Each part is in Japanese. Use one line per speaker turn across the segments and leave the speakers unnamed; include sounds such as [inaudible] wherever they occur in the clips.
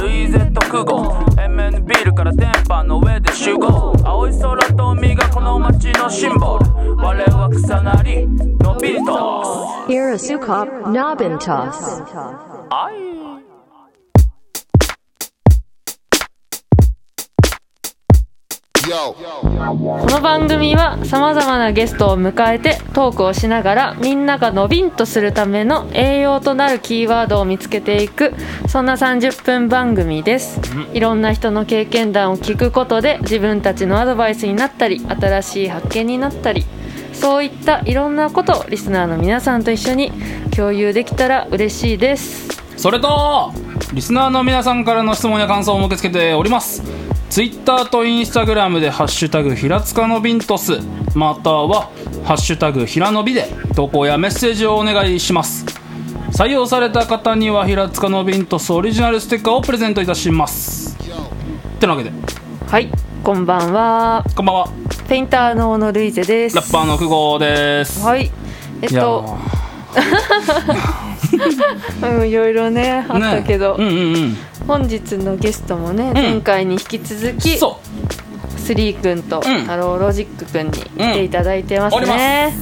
LEZ9 号 MN ビルから電波の上で集合青い空と海がこの街のシンボル我は草なりのびりと
Irisukop Nobintos.
あい
この番組はさまざまなゲストを迎えてトークをしながらみんながのびんとするための栄養となるキーワードを見つけていくそんな30分番組ですいろんな人の経験談を聞くことで自分たちのアドバイスになったり新しい発見になったりそういったいろんなことをリスナーの皆さんと一緒に共有できたら嬉しいです
それとリスナーの皆さんからの質問や感想を受け付けておりますツイッターとインスタグラムで「ハッシュタグ平塚のビントス」または「ハッシュタグ平のび」で投稿やメッセージをお願いします採用された方には平塚のビントスオリジナルステッカーをプレゼントいたしますってなわけで
はいこんばんは
こんばんは
ペインターの小野ルイゼです
ラッパーの久保です
はい。えっ
いや
と、うんいろいろね、あ
ーね
ったけど、
うんうんうん
本日のゲストもね、前回に引き続き、
そ
スリー君と、
うん
あのロジック君に来ていただいてます
うんおりま
ね。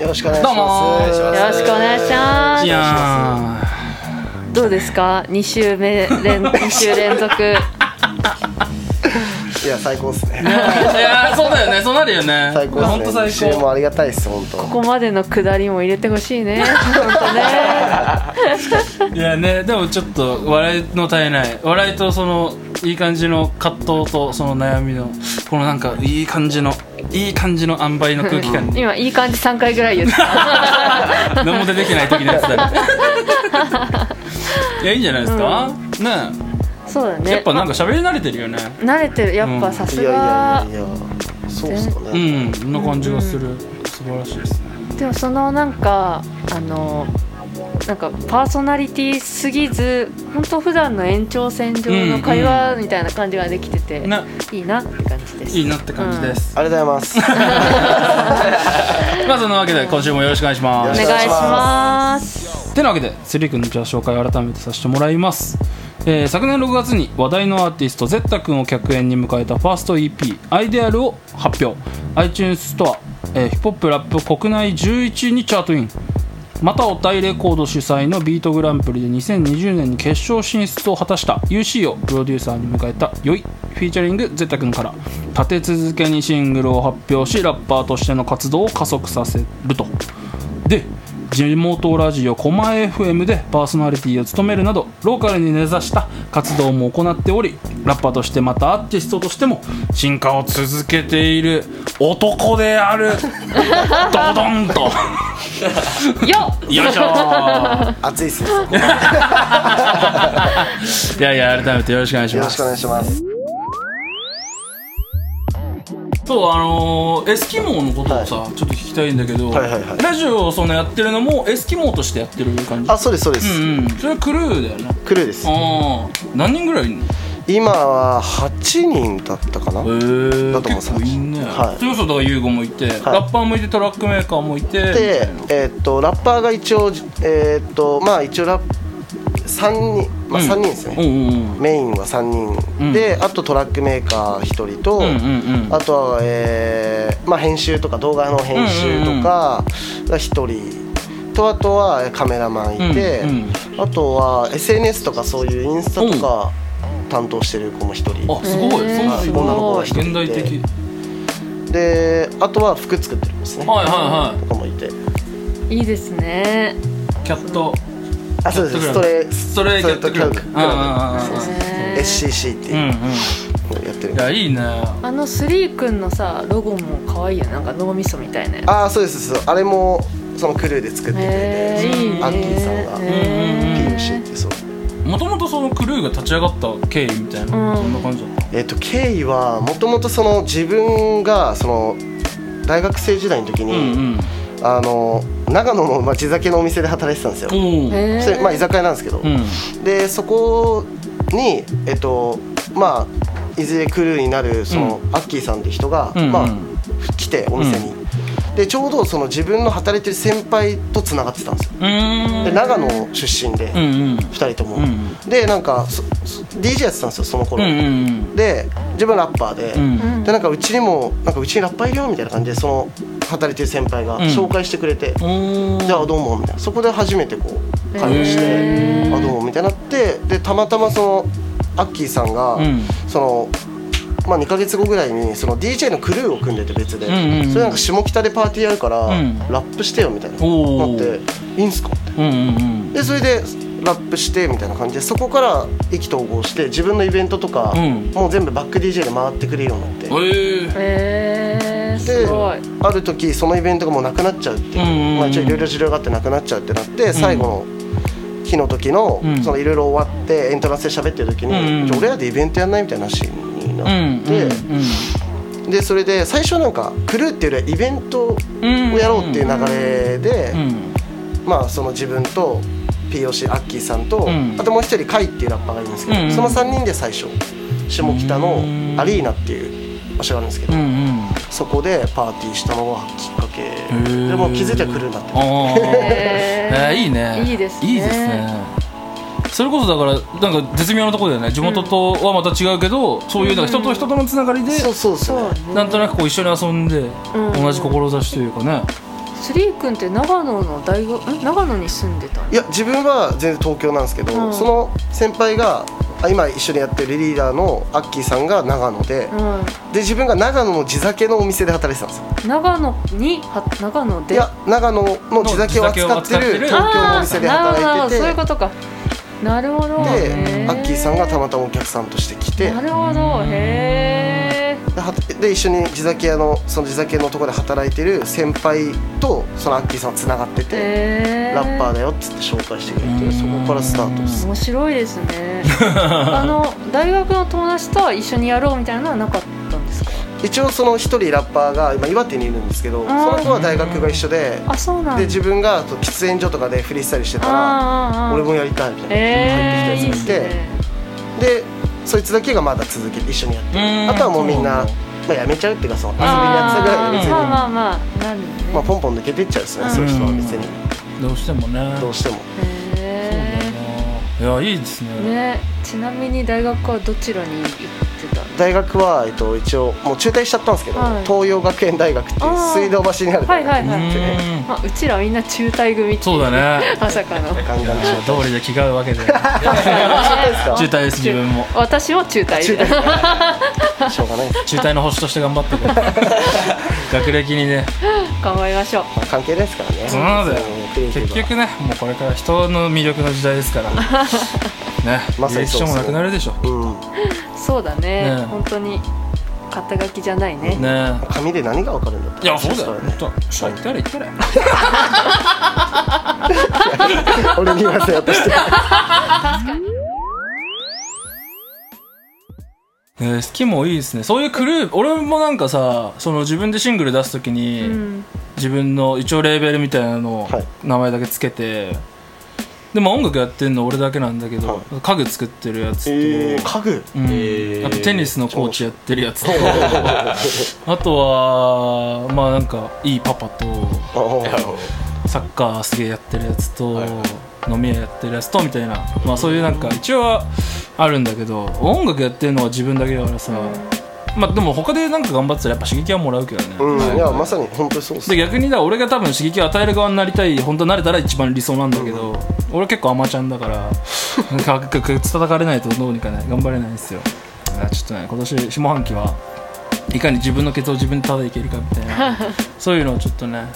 よろしくお願いし
どうも
ます。
ー
よろしくお願いしま
うい
す。
や
どうですか2週目
[laughs]
連二週連続
す。いや、最高ですね。
ーいやーそうだよねそうなるよね
最高
ほん
で
と
すね。
最
一周
高
もありがたいです、本当。
ここまでの下りも入れてほしい
[laughs]
ね本当
い
ね
やねでもちょっと笑いの絶えない笑いとそのいい感じの葛藤とその悩みのこのなんかいい感じのいい感じの塩梅の空気 [laughs] 感に
今いい感じ3回ぐらい言った
[laughs] 何も出てきない的なやつだ [laughs] ねいやいいんじゃないですか、ね
そうだ
え
ね
やっぱなんか喋り慣れてるよね
慣れてるやっぱさ
い
す
やいや
が
いやいや。そうっすか
う
ね。
んそんな感じがする、素晴らしいですね
でもそのなんかあのなんかパーソナリティすぎず本当普段の延長線上の会話みたいな感じができてて、
ね
いいなって感じです
いいなって感じです、
ありがとうござい [laughs] ます。
まあそんなわけで今週もよろしくお願いします
よろ
お願
し
いします
てなわけでスリー君のじゃあ紹介を改めてさせてもらいます、えー昨年6月に話題のアーティストゼッタ君を客演に迎えたファースト EP「アイデアル」を発表 iTunes ストア、えーヒップホップラップ国内11位にチャートインまたおたいレコード主催のビートグランプリで2020年に決勝進出を果たした UC をプロデューサーに迎えた「よい」フィーチャリングゼッタ君から立て続けにシングルを発表しラッパーとしての活動を加速させるとで地元ラジオ狛江 FM でパーソナリティを務めるなどローカルに根ざした活動も行っておりラッパーとしてまたアーティストとしても進化を続けている男であるドドンと
よっ
よいしょ
暑いっすね。
いやいや改めてよろしくお願いし
よろ
ま
し
す
くお願いします。
そうあのーエスキモーのことをさ、ちょっと聞きたいんだけど、
はいはいはい
ラジオをそのやってるのもエスキモーとしてやってる感じ
あ、そうです、そうで
う
す。
んうんそれはクルーだよね
クルーです。
ああ何人ぐらいいるの
今は八人だったかな。
へ
だと思う
結構いんね、
はい
それこそだからユーゴもいて、ラッパーもいてトラックメーカーもいて
で、えーっと、ラッパーが一応、えーっと、まあ、一応ラッ。三人、まあ、
うん
三人ですね。
うんうん
メインは3人、
ん
であとトラックメーカー1人と、
うんうんうん
あとは、えーまあ、編集とか動画の編集とかが1人とあとはえーカメラマンいて、
うん
あとは SNS とかそういうインスタとか担当してる子も1
うん
人
あすごい、
へー
そんな
す
女の子
ご
が
い
1人
現代
いて
的
であとは服作ってるんですね、
はいはいは
とかもいて
いいですね
いキャット
あそうですストレ
ストレイキャットクラブ
ストレイキャットク
うんうん
ラブ
うんうん
ね
SCC って
うん
いう
うん
のをやってる、
いやいいね
あのスリーくんのさロゴも可愛いよなんか脳みそみたいなやつ
ああそうですそうですあれもそのクルーで作ってくれて、
へえいいね
アンキーさんが、
へー
PUC ってそう
もともとそのクルーが立ち上がった経緯みたいな、
うん
そんな感じだった
えっと経緯はもともとその自分がその大学生時代の時
う
に、
ん
あの長野のまあ地酒のお店で働いてたんですよ、
うんうん
へー
それまあ居酒屋なんですけど、
うん
でそこにえっとまあいずれクルーになるその、アッキーさんって人が、
うんう
まあ
ん、
来てお店に、でちょうどその自分の働いてる先輩とつながってたんですよ
うーん
で長野出身で、
うんうん
2人とも、
うん
でなんかそそ DJ やってたんですよその頃、
うんうん
で自分ラッパーで、
うん
うん
でなんかうちにもなんかうちにラッパーいるよみたいな感じでその働いてる先輩が
うん
紹介してくれて、
うんおー
じゃあどうもみたいなそこで初めてこう会話して、
へー
あどうもみたいになってでたまたまそのアッキーさんが、
うん
その。まあ、2か月後ぐらいにその DJ のクルーを組んでて別で、
んうんうん
それなんか下北でパーティーやるから、
うん
ラップしてよみたいな
お
なっ
ー
ていいんすかって
うんうんうん
でそれでラップしてみたいな感じでそこから意気投合して自分のイベントとか、
うん
もう全部バック DJ で回ってくれるようになって
えー
えー、すごい
ある時そのイベントがもうなくなっちゃうってい
う
う,、
んうんうん
まあ、一応いろいろ事情があってなくなっちゃうってなって、最後の日の時の
うん
そのいろいろ終わってエントランスで喋ってる時に、
うんうん
じゃあ俺らでイベントやんないみたいな話に
うん
なって、でそれで最初なんかクルーっていうよりはイベントを
うんうん
やろうっていう流れで、
うん
まあその自分と POC アッキーさんと、
うん
あともう一人カイっていうラッパーがいるんですけど、
うんうん
その3人で最初下北のアリーナっていう場所があるんですけど、
うんうん
そこでパーティーしたのがきっかけ
ー
でもう気づいたら来るんだって
あー
え
えーいいね
いいですね
いいですねそれこそだからなんか絶妙なところだよね地元とはまた違うけど、そういうなんか人と人とのつながりで、
そうそうですね
なんとなくこう一緒に遊んで、
うん
同じ志というかね
スリー君って長野の大学ん長野に住んでたの
いや自分は全然東京なんですけど、
うん
その先輩があ今一緒にやってるリーダーのアッキーさんが長野で、
う
で自分が長野の地酒のお店で働いてたんですよ
ん長野には長野で
いや長野の地酒を扱ってる
地酒を扱ってる
東京のお店で働
あーなるほ
い
ど
て
そうい
て
うことかなるほど
で
へ
アッキーさんがたまたまお客さんとして来て
なるほどへえ
ではで一緒に地酒屋のその地酒のところで働いてる先輩とそのアッキーさんつながってて、ラッパーだよっつって紹介してくれ
うん
てそこからスタートです
面白いです [laughs] ねあの大学の友達とは一緒にやろうみたいなのはなかったんですか
一応その一人ラッパーが今岩手にいるんですけどその子は大学が一緒で
あそうなんだ
で自分がそう喫煙所とかでフリースタイルしてたら
あーあーあー
俺もやりたいみたいな
えー、い
入っ
い
て
で
き
す
たやつがいて
ね
でそいつだけがまだ続けて一緒にやってる
うん
あとはもうみん
そう
な
なんだ
まあやめちゃうっていうかその遊びにやってたぐらい
あ
で別
ー
に
まあまあまあなるね、
まあポンポン抜けてっちゃうですねそういう人は別に
どうしてもね
どうしても
へ
いやいいですね
えねちなみに大学はどちらに行ってたの
大学は、えっと、一応もう中退しちゃったんですけど、
はい
東洋学園大学っていう
あー
水道橋にある
はいはい
うん
は
っ
い、
てね
まあ、うちらみんな中退組ってい
そうだね
まさかの
ガンガン中退
通りで気が合うわけ
[laughs]
で中退です自分も
私も中退
中退しょうが [laughs] ないです
中退の星として頑張ってくれ
[laughs]
学歴にね
[laughs] 頑張りましょう
まあ関係ないですからね
そうなんだよ
クリエイティ
結
ブは
局ねもうこれから人の魅力の時代です
[laughs]
からね
まさに
履歴
そ
書
うっすね
もなくなるでしょ
うん
そうだね
ね
本当に肩書きじゃないね
ね
紙で何がわかるんだって
いやそうだよ
話ですか
本当そう言ったら言ったら
らね俺に言わせよう
[laughs]
として
えー、好きもいいですねそういうクルー俺もなんかさその自分でシングル出す時に、
うん
自分の一応レーベルみたいなのを
はい
名前だけつけて、でも音楽やってんの俺だけなんだけど、
は
家具作ってるやつと、
えー、家具
うんあとテニスのコーチやってるやつとあとはまあなんかいいパパと
おー
サッカーすげえやってるやつと、飲み屋やってるやつとみたいな、まあ、そういうなんか一応はあるんだけど音楽やってるのは自分だけだからさ、まあでも他でなんか頑張ってたらやっぱ刺激はもらうけどね、
うん、
はい
い、やまさに本当にそうです
で逆にだ俺が多分刺激を与える側になりたい本当になれたら一番理想なんだけど、俺結構アマちゃんだから
[laughs]
かかか叩かれないとどうにかね頑張れないんですよだからちょっとね今年下半期はいかに自分のケツを自分で叩いていけるかみたい
[laughs]
なそういうのをちょっとね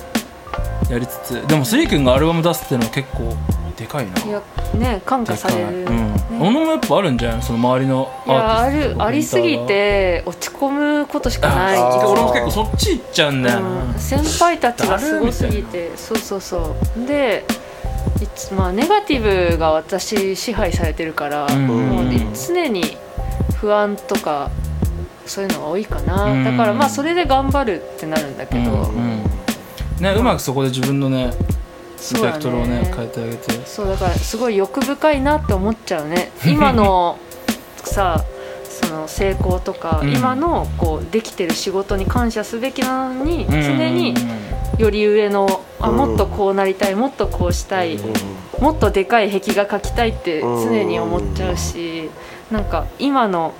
やりつつでもスリー君がアルバム出すっていうのは結構でかいない
やね感化
で
さ
かい
れる、
うん
ね
小野もやっぱあるんじゃないのその周りの
いや
ア
あ
ーティストと
る
か
ありすぎて落ち込むことしかない
あー
俺も結構そっち行っちゃうんだよな、
うん先輩たちがすごすぎてそうそうそうでいつまあネガティブが私支配されてるから、
うん
もう
うん
常に不安とかそういうのが多いかな、
うん
だからまあそれで頑張るってなるんだけど、
うんうんね、うまくそこで自分のね
そ
ベ
うだ
クトルをね変えてあげて
そうだからすごい欲深いなって思っちゃうね今
[laughs]
のさその成功とか、
うん
今のこうできてる仕事に感謝すべきなのに常に
うん
より上のあ
うん
もっとこうなりたいもっとこうしたい、
うん
もっとでかい壁画描きたいって常に思っちゃうし、なんか今の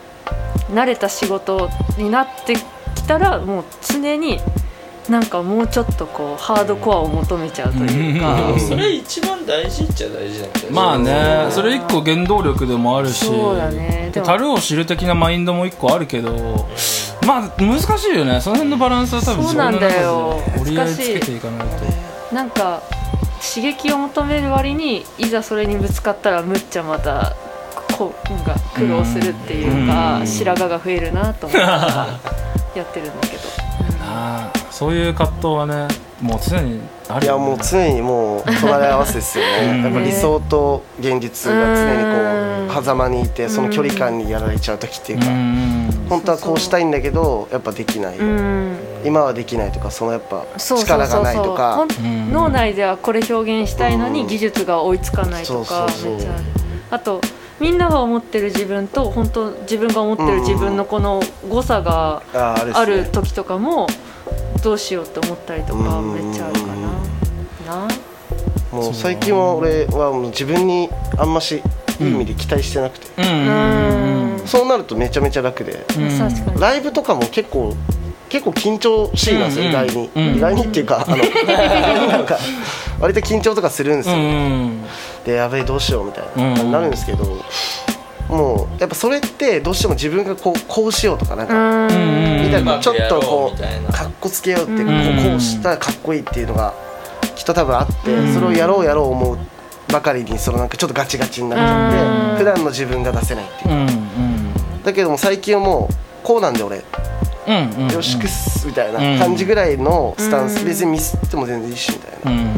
慣れた仕事になってきたらもう常になんかもうちょっとこうハードコアを求めちゃうというか、
うん
それ一番大事っちゃ大事だけど
まあねそれ一個原動力でもあるし
そうだねでも
樽を知る的なマインドも一個あるけどまあ難しいよねその辺のバランスは多分
そうなんだよ
自分の中で折り合いつけていかないと
なんか刺激を求める割にいざそれにぶつかったらむっちゃまたこうなんか苦労するっていうか
うん
白髪が増えるなと思ってやってるんだけど
ああそういう葛藤はねもう常にあ
い
る
や
よね
もう常にもう隣り合わせですよ
うん
ねやっぱ理想と現実が常にこう狭間にいてその距離感にやられちゃう時っていう
う
か
ん
本当はこうしたいんだけどやっぱできない
うん
今はできないとかそのやっぱ
そうそう
力
そ
が
う
ない
そう
とか
ほん脳内ではこれ表現したいの
う
に
ん
技術が追いつかないとか
そうそうそう
めっちゃあるあとみんなが思ってる自分と本当自分が思ってる自分のこの誤差が
あーあれですね
ある時とかもどうしようって思ったりとか
うん
めっちゃあるかな。な
もう最近は俺はもう自分にあんましいい意味で期待してなくて、
うんうんうん
そうなるとめちゃめちゃ楽で
うんうん
確かに
ライブとかも結構結構緊張しいなんですよ、
うん
意外に、
うん
意外にっていうかあの
[laughs]
なんか割と緊張とかするんです
う
よ、
ん
でやべえどうしようみたいな、
うん
なるんですけどもうやっぱそれってどうしても自分がこうこうしようとかなん
う
か、
ん
うん
みたいな
うん
ちょっとこ
うまくやろうみたいうな
かっこつけようっていうか、
うん
こうこうしたらかっこいいっていうのがきっと多分あって、
うん
それをやろうやろう思うばかりにそのなんかちょっとガチガチになっちゃって、
うん
普段の自分が出せないっていう
うんうん
だけども最近はもうこうなんで俺
うんうんうん
よしくっすみたい
うん
な感じぐらいのスタンス、
うん
別にミスっても全然いいしみたいな、
うん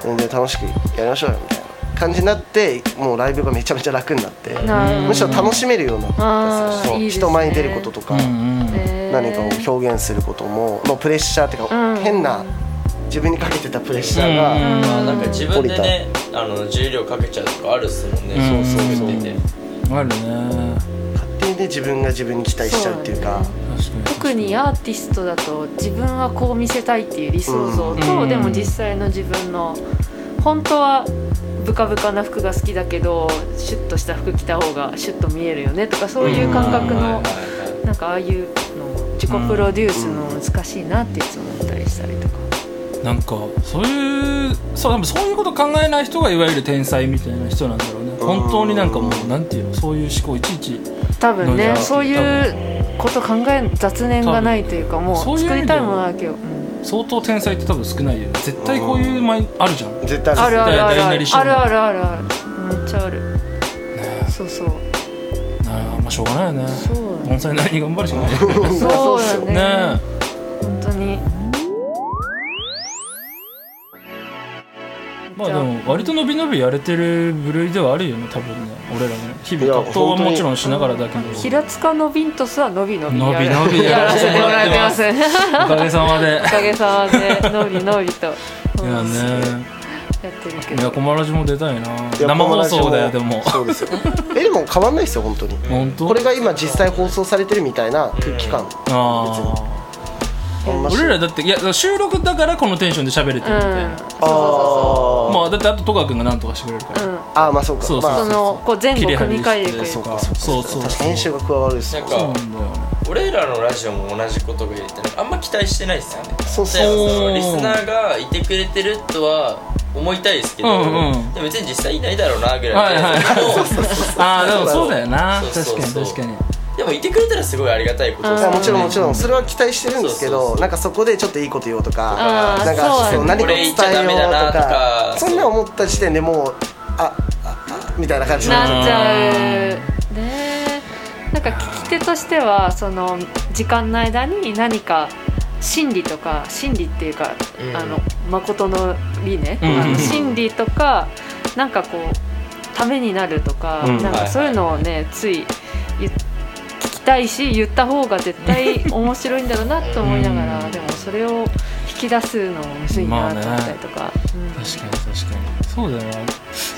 全然楽しくやりましょうよみたいな感じになってもうライブがめちゃめちゃ楽になって、
なるほ
むし
ど
ろ楽しめるようになったりす
あ
る
ー
し
いいですね
人前に出ることとか、
うんうん
ね
何かを表現することものプレッシャーっていうか、
うん
変な自分にかけてたプレッシャーが、
うん
まあなんか自分でねあの重量かけちゃうとかあるっすもんね、
うん
そうそう言ってて
あるね
勝手にね自分が自分に期待しちゃうっていうか
確かに
特にアーティストだと自分はこう見せたいっていう理想像と、
うん
でも実際の自分の本当はブカブカな服が好きだけどシュッとした服着た方がシュッと見えるよねとかそういう感覚
はい
の
はいは
なんかああいうのも自己プロデュースの難しいなっていつも思ったりしたりとか。
なんかそういうそう多分そういうこと考えない人がいわゆる天才みたいな人なんだろうね本当になんかもうなんていうのそういう思考いちいち
多分
なん
ね
か
そういうこと考えん雑念がないというかも
そう
う
いう意
作
味
り
で
た
はい
ものだけを、うん
相当天才って多分少ないよね絶対こういうマインあるじゃん
絶対
あるあ
[laughs]
るある
大
あ
な
る
り小な
あ
り
るあるあるあるめっちゃあるそうそう
あまあしょうがないよね
そうだね
盆栽なりに頑張るしかないよ
そうだね
ねね
本当に
まあでも割と伸び伸びやれてる部類ではあるよね多分ね俺らね日々
いや
葛藤は
本当に
もちろんしながらだけど
平塚のビントスはのびのびやる
のびのびや
や
ら
ら
せ
せ
て
て
も
も
ら
ら
っ
ってて
ま
ますす
おかげさまで
[laughs] おかげさまでのびのびと
いやね
やってるけ
いや
ど
コマラジも出たいな
や
生放送だよで [laughs] も
そうですよえでも変わんないですよ本当に
本当
これが今実際放送されてるみたいな空気感
あ
あん
あ
まし
俺らだっていや収録だからこのテンションで喋れてるみ
う
たいな、
ん
あ
まあだってあと戸川君が何とかしてくれるから、
うん
ああーまあそうか
そうそう
まあ
そのこう前
切
後
り
組み替えてい
離
く
して
そう
か
かそうか
そうそう
確か
そう
に編集が加わるです
い
もん
なん
ね
そうな
か
んだよね
俺らのラジオも同じことが言ってなんかあんま期待してないですよね
そうそう
だからのリスナーがいてくれてるとは思いたいですけど、
うんうん
でも別に実際いないだろうなぐらいの
はいはい
そうそうそう
[laughs] ああでもそうだよな
そうそうそう
確かに確
[laughs] でもいてくれたらすごいありがたいことです
いや
よね
もちろんもちろんそれは期待してるんですけ
そうそう
ど
そう
なんかそこでちょっといいこと言おうとか
あー
なんか
そう
そう何かを
これ
伝えよう
言っ
と
ちゃダメだなと
か
か
そんな思った時点でもうあああみたいな感じになっち
な
ゃ
っ
う
ちゃうねなんか聞き手としてはその時間の間に何か心理とか心理っていうか、
うん
あの誠の理ね、
うん
あの心理とかなんかこうためになるとか、
うん
なん
はい
か
はい
そういうのをねつい言っ聞きたいし言った方が絶
[laughs]
対面白いんだろうなと思いながら、
うん
でもそれを引き出すのもむずいなと思ったりとか。うん
かに確かにそうだよなだか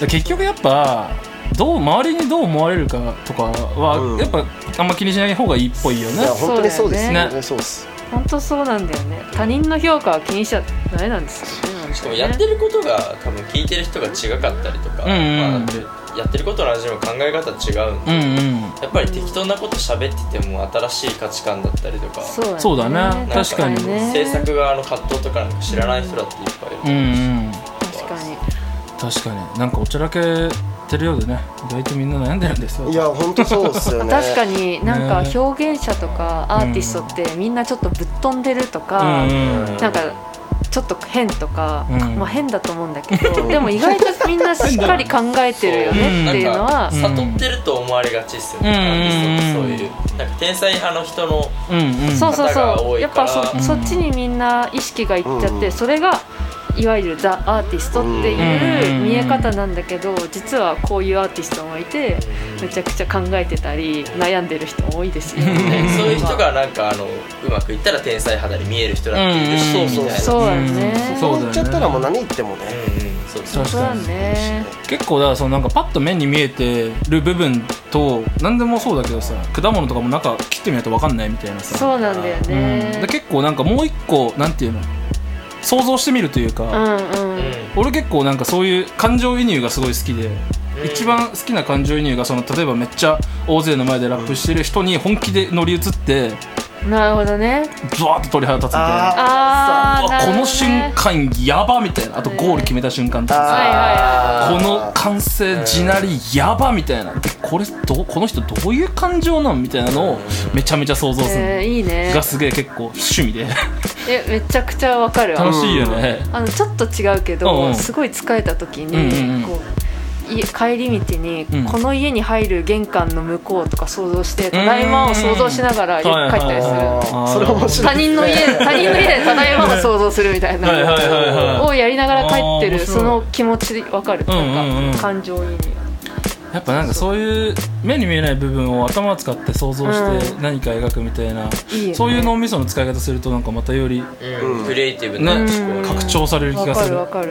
ら結局やっぱどう周りにどう思われるかとかは、
うん
やっぱあんま気にしない方がいいっぽいよ
い
ね
や本当にそうです
だ
そう
よね
本当にそうです
本当そうなんだよね他人の評価は気にしちゃダメなんですよね
しかもやってることが多分聞いてる人が違かったりとか、
うんうん
まあ、やってることの味も考え方違うんで、
うんうん
やっぱり適当なこと喋ってても新しい価値観だったりとか
そう
そうだね
なん
確かに
制作側の葛藤とかなんか知らない人だっていっぱいいる、
うんうん
確かに
確かになんかおちゃらけてるようでね意外とみんな悩んでるんですよ
いや本当そうっすよね
確かになんか表現者とかアーティストってみんなちょっとぶっ飛んでるとか、
うんうん
なんかちょっと変とか、
うん
まあ変だと思うんだけど、
うん
でも意外とみんなしっかり考えてるよねっていうのは、
うん
なんか悟ってると思われがちっすよね、
うん
アーティストってそういうなんか天才派の人の
うんうん
そうそう
方が
そ
多
う
い
やっ
か
ぱ
ら
そ,、
ん
そっちにみんな意識がいっちゃって、
うん
それがいわゆるザ・アーティストって
う
い
ん
う見え方なんだけど実はこういうアーティストもいてめちゃくちゃ考えてたり悩んでる人も多いですよね
ね。そういう人がなんかあのうまくいったら天才肌に見える人だっているし、
うんうん
みたいな
そうだね
ん
そ
そう
う
だ
言
よ
っちゃったらもう
ね
何言ってもね
うんうんそうそう
確
そうだ
かに
ね
結構だからそのなんかパッと目に見えてる部分と何でもそうだけどさ果物とかもなんか切ってみないと分かんないみたいなさ
そうなんだよ
うん
ね
で結構なんかもう一個なんていうの想像してみるという
う
か、
んう
うん
ん
俺結構なんかそういう感情移入がすごい好きで、
うん
一番好きな感情移入がその例えばめっちゃ大勢の前でラップしてる人に本気で乗り移って
なるほどね
ブワーッと鳥肌立つみたいな
あ
あ
う
あな
わ
るほ
こ
どね
の瞬間やばみたいなあとゴール決めた瞬間とかさ
はいはい
あ
こ
ー
の完成地なりやばみたいなこれどうこの人どういう感情なんみたいなのをめちゃめちゃ想像する、
えーいいね
がすげえ結構趣
[laughs]
味で
えめちゃくちゃわかるわ
楽しいよね、
あのちょっと違うけど、
うんうん
すごい疲れた時
うんうんうん
に、こうい帰り道に、
うん
この家に入る玄関の向こうとか想像して
ん
ただいまを想像しながらよ
はい
く帰ったりする、
は
あーそれ面白
他
い
[laughs]
人の家他人の家でただいまを想像するみたいな、
はいはいはいはい
をやりながら帰って
あー面
る
白い
その気持ちわかる、
うんうんう
なんんか感情移入
やっぱなんかそういう目に見えない部分を頭を使って想像して
う
何か描くみたいな、
いいよね
そういう脳みその使い方するとなんかまたよりね、
うんクリエイティブな思考に
拡張される気
わ
が
か
す
る
る
わかる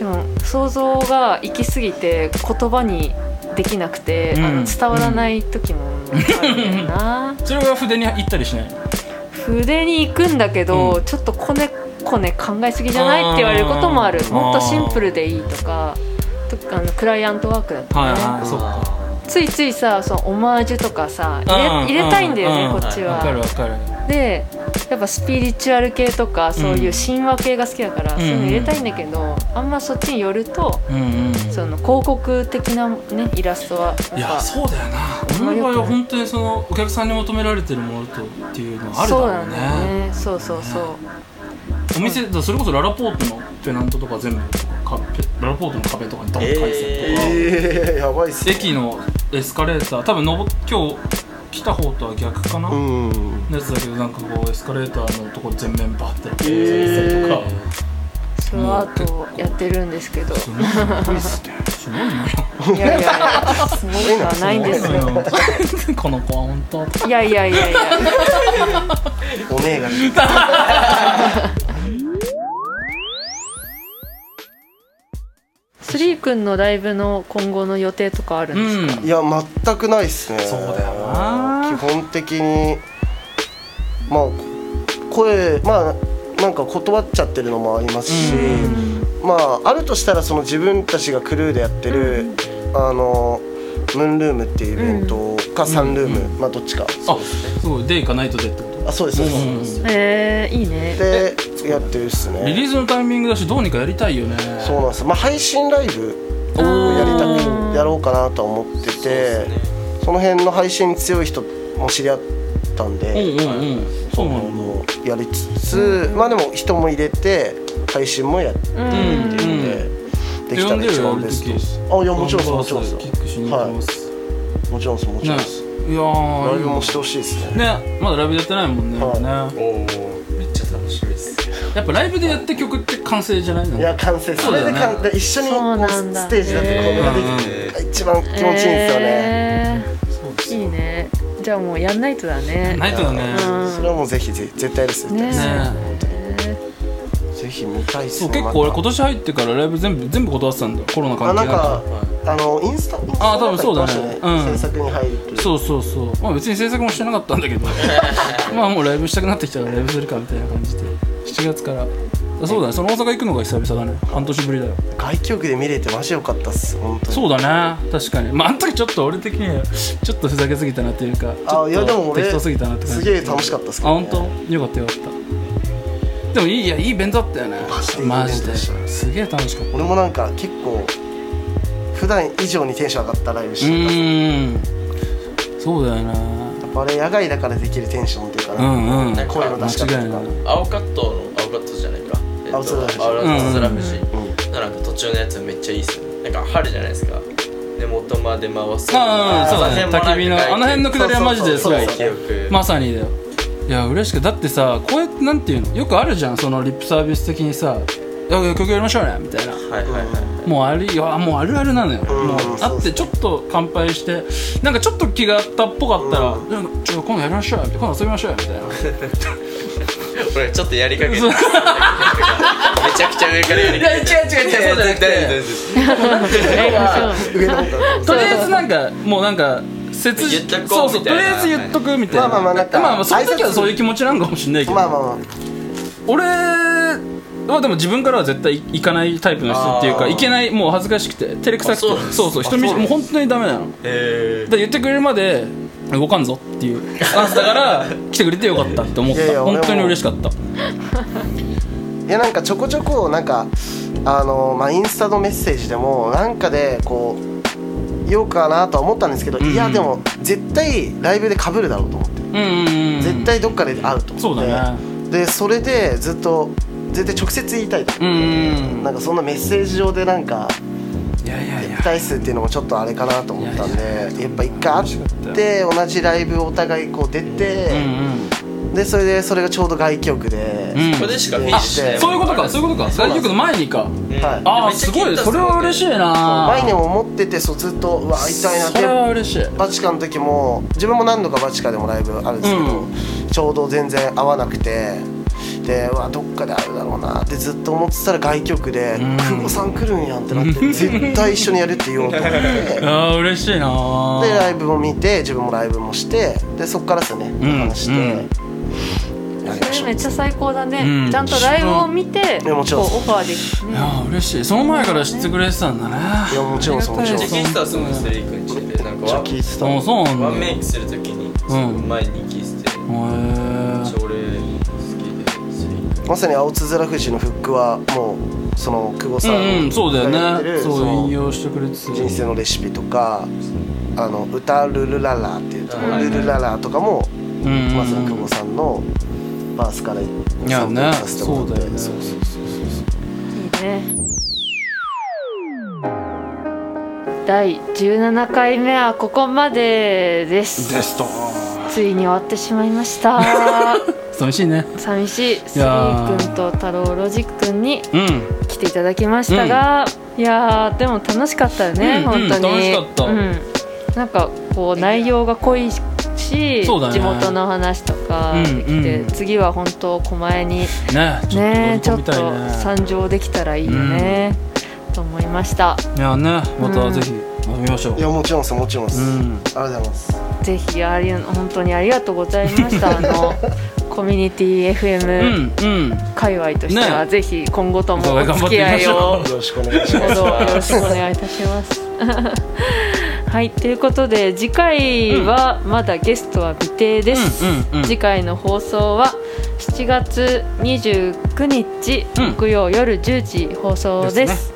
でも想像が行き過ぎて言葉にできなくて、あ
うん
の伝わらない時もあるんだよな、
それは筆に行ったりしない
筆に行くんだけど、
う
ちょっとこねこね考えすぎじゃないって言われることもある
あー
もっとシンプルでいいとかとあのクライアントワークだと
はい
かね、
はいそうか
ついついさそのオマージュとかさ入れ入れたいんだよね、
うう
こっち
わかる
は。
わかる
でやっぱスピリチュアル系とかそういう神話系が好きだから、
ん
そういうの入れたいんだけど、あんまそっちに寄ると
うんうん
その広告的な、ね、イラストはやっぱ
いやそうだよな俺の場合は本当にそのお客さんに求められてるものとっていうのはあるだ
そ
ろ
うな
うんね
だよねそうそうそう。
お店だそれこそララポートのペナントとか全部かペララポートの壁とかにドンって返せとか、
えーやばいっすね
駅のエスカレーター多分のぼ今日来た方とは逆かな、
う
の
ん
やつだけどなんかこうエスカレーターのとこ全面バッてやって
えー
とか、
そのアートをやってるんです [laughs] けど
すごいすごいっすねすごいな
いやいやいや、すごくはないんですよ。
すごいな [laughs] この子は本当
いやいやいやいや、
おねえが
スリー君のライブの今後の予定とかあるん
う
ですか。
ん
いや全くないっすねそう
だよな
基本的にまあ声まあなんか断っちゃってるのもありますし、まああるとしたらその自分たちがクルーでやってる、あのムーンルームっていうイベントか、サンルーム、まあどっちか
あすごいデイかナイトでってこと
あそうですそうです、
うんうんうん
ええいいね。
でやってるっす
リリー
ね
スのタイミングだしどうにかやりたいよね
そうなんですまあ配信ライブをやりたくやろうかなとは思っててそ,、の辺の配信に強い人も知り合ったんで、
うんうんうんそうなんだ
やりつつ、まあでも人も入れて配信もやって
う
うん
ん。
で、できたら一番ベストあいやもちろんですもちろんです
キックしに行きます、
もちろんですもち
ね
ろんで
い
す、
や
ライブ
ー
もしてほしいですね
ねまだライブでやってないもんね,、
は
ね
おーめっちゃ楽しみです
やっぱライブでやって曲って完成じゃないの
いや完成それで完成、一緒に
そう
こう
なんだ
ステージだってこれができて、一番気持ちいいんですよね、
え
そうで
えいいね。じゃあもうやんないとだね。
ナイトだね
うん
それはもうぜひぜひ絶対です絶対です、
ね
ぜひ見たいっす
そ
ね
う結構俺今年入ってからライブ全部全部断ってたんだよコロナ
あ
関
な
係
ん
な
か
く
あのインスタインスタ
あ多分そうだね
なんかいっぱいありまし
う
た
ん
制作に入る
そうそうそうまあ別に制作もしてなか [laughs] ったんだけどまあもうライブしたくなってきたらライブするかみたいな感じで7月からそうだねその大阪行くのが久々だね半年ぶりだよ
外記憶で見れてマジ良かったっす本当に
そうだね確かにまああの時ちょっと俺的にはちょっとふざけすぎたなっていうかちょ
あ
っ
いやでも
と
俺
適当すぎたなって感
す
じ
げえ楽しかったっす
あ本当よかったよかったでもいいいやいい弁当だったよね
マジでいい
マジ
イベント
で
でした
すげえ楽しかった
俺もなんか結構普段以上にテンション上がったライブし
う
てた
ーんそうだよな
あれ野外だからできるテンションっていうか
う
な、
んうん
なんか
声の
間
出し方
違い
と
な
か
い
青カットの青カットじゃないかえっと
青空富士
青空富士
うん
なんか途中のやつめっちゃいいっすよねなんか春じゃないですか根元まで回す
ああそうだね
の
焚き火のあの辺のくだりはマジで
そうそうそう
そう
記憶
まさにだよいや嬉しくだってさこうやってなんていうのよくあるじゃんそのリップサービス的にさ「いや曲やりましょうね」みたいな
はいはいはい
もうあるいやもうあるあるなのよ、もう会ってちょっと乾杯してなんかちょっと気があったっぽかったら「なんかちょ今度やりましょうよ」みたいな今度遊びましょうよみたいな
俺ちょっとやりかけてめちゃくちゃ上からやりかけて
違う違う違うそうじゃなくて
大丈夫大丈夫
上の方から
とりあえずなんかもうなんか切
言っとこう
そうそう
み
と
たい
り
な
あえず言っとくみたいな
まあまあまあなんか
まあまあその時はそういう気持ちなんかもしんないけど、
まあまあまあ
俺はでも自分からは絶対行かないタイプの人っていうか
あー
行けないもう恥ずかしくて照れくさくて
あそうなんです
そうそう人見知りもう本当にダメなの
え
だから言ってくれるまで動かんぞっていうスタンスだから
[laughs]
来てくれてよかったって思った
いやいや俺
本
も
当に嬉しかった
いやなんかちょこちょこなんかあのまあインスタのメッセージでもなんかでこう言おうかなとは思ったんですけど、
んうん
いやでも絶対ライブで被るだろうと思って、
うんうんうん
絶対どっかで会うと思って
そうだね
でそれでずっと絶対直接言いたいと
う
思
ん
っ
う
て、
ん
なんかそんなメッセージ上でなんか
いやいやいや
一体数っていうのもちょっとあれかなと思ったんでやっぱ一回会
楽しか
っ
った
て同じライブお互いこう出
うんう
て、
ん
でそれでそれがちょうど外局で、
うん
ー、これでしか見
あ
しない
そういうことかそういうことか外局の前にか
はい
ああすごいそれは嬉しいな
前にも思っててそうずっとうわ会いたいなっ
それ
て
は嬉しい
バチカの時も自分も何度かバチカでもライブあるんですけど、
う
ちょうど全然会わなくてでうわどっかで会うだろうなってずっと思ってたら外局で
ん
「久保さん来るんやん」って
[laughs]
なって絶対一緒にやるって言おうと思ってで
ああ嬉しいな
ライブも見て自分もライブもしてでそっからですよね、
ん
話して、
それ
やりましょう
めっちゃ最高だね、
うん
ちゃんとライブを見て
やもちろん
こうオファーできる
いやー嬉しいその前から知ってくれてたんだね
いやもちろんそうもちろん
チェキスターすぐスリー君ちでなんか
じゃ
ワ
あ聞い
ン
てた
あそうなんだ
ワンメイクするときにすぐ前にキスしてめっ
へ
ちゃ俺好きでスリー君
まさに青つづら富士のフックはもうその久保さん
えうんうんそうだ
がやっ
よ
てる
ねそう
その
引用してくれてた
人生のレシピとか「あの歌ルルララ」っていうところ「
はい
ルルララ」とかも
うん
まさに久保さんのバースから
いやね
参考にさせて
そ
も
うだ
らって
よね
そうそう
ね第17回目はここまでです
ですと
ついに終わってしまいました
寂しいね
寂しいスリ
やー
ー君と太郎ロジック君に
うん
来ていただきましたが、いやーでも楽しかったよね、
うんう
本当に、
ん楽しかった
うんなんかこう内容が濃いし
そうだね
地元の話とかでき
う
て、
んうん
次は本当狛江に
ねちょっと乗り込み
ねちょっ
たい
と
ね
参上できたらいいよね、と思いました
いやねまたぜひ遊びましょう
いやもちろんですもちろんです、
うん
ありがとうございます
ぜひあり本当にありがとうございました
[laughs]
あのコミュニティ
うん
FM
うん
界隈としては、
ね
ぜひ今後とも
お互い
お
頑張
付
っていきま
き合い
しょう
を
よろしくお願いしま
ほ
す
どよろしくお願いいたします。 [laughs] はいということで次回はまだゲストは未定です、
うんうんうん
次回の放送は7月29日
うん
木曜夜10時放送です
です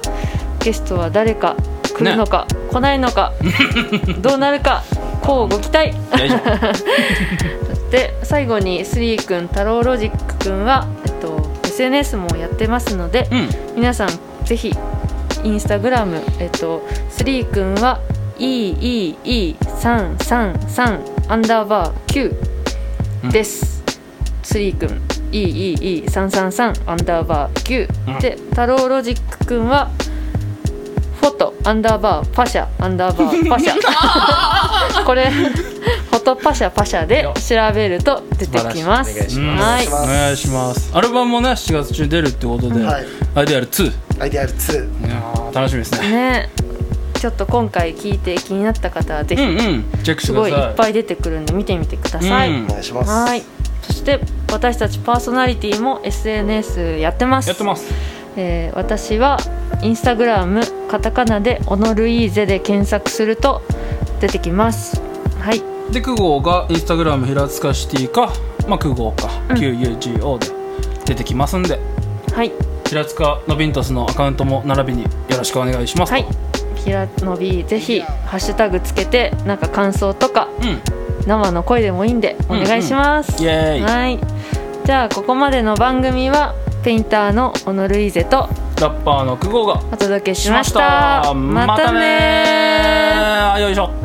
ゲストは誰か来るのか、来ない
[laughs]
のかどうなるかこうご期待
よいしょ
で最後にスリー君太郎ロジック君は、えっと、SNS もやってますので、
うん
皆さんぜひインスタグラムえっとスリー君は EEE333 アンダーバー Q
うん
です、スリー君 EEE333 アンダーバー Q、
うん
で太郎ロジック君はフォトアンダーバーパシャアンダーバーパシ
[laughs]
ャ [laughs] これフォトパシャパシャで調べると出てきま
素晴ら
す
しいお願いし
うん
はい
お願いしますアルバムもね7月中に出るってことで
はい
アイデアル2い
アイデアル2
やー楽しみですね
ねちょっと今回聞いて気になった方はぜ
う
ひ
んうんチェックして
す
くださ
ごい
い
いっぱい出てくるんで見てみてください、
うん
お願いします
はいそして私たちパーソナリティも SNS やってます
やってます
えー私はインスタグラムカタカナで「オノルイーゼ」で検索すると出てきますはい
で久保がインスタグラム平塚シティか、まあ、久保か、QUGO で出てきますんで
はい
平塚のビントスのアカウントも並びによろしくお願いします
はい平野 B ぜひハッシュタグつけてなんか感想とか
うん
生の声でもいいんでお願いします、
イエーイ
はいじゃあここまでの番組はペインターのオノルイーゼと
ラッパーの久保が
お届けし
し
ま
ま
し
したた
またね
またね
ー
ーよいしょ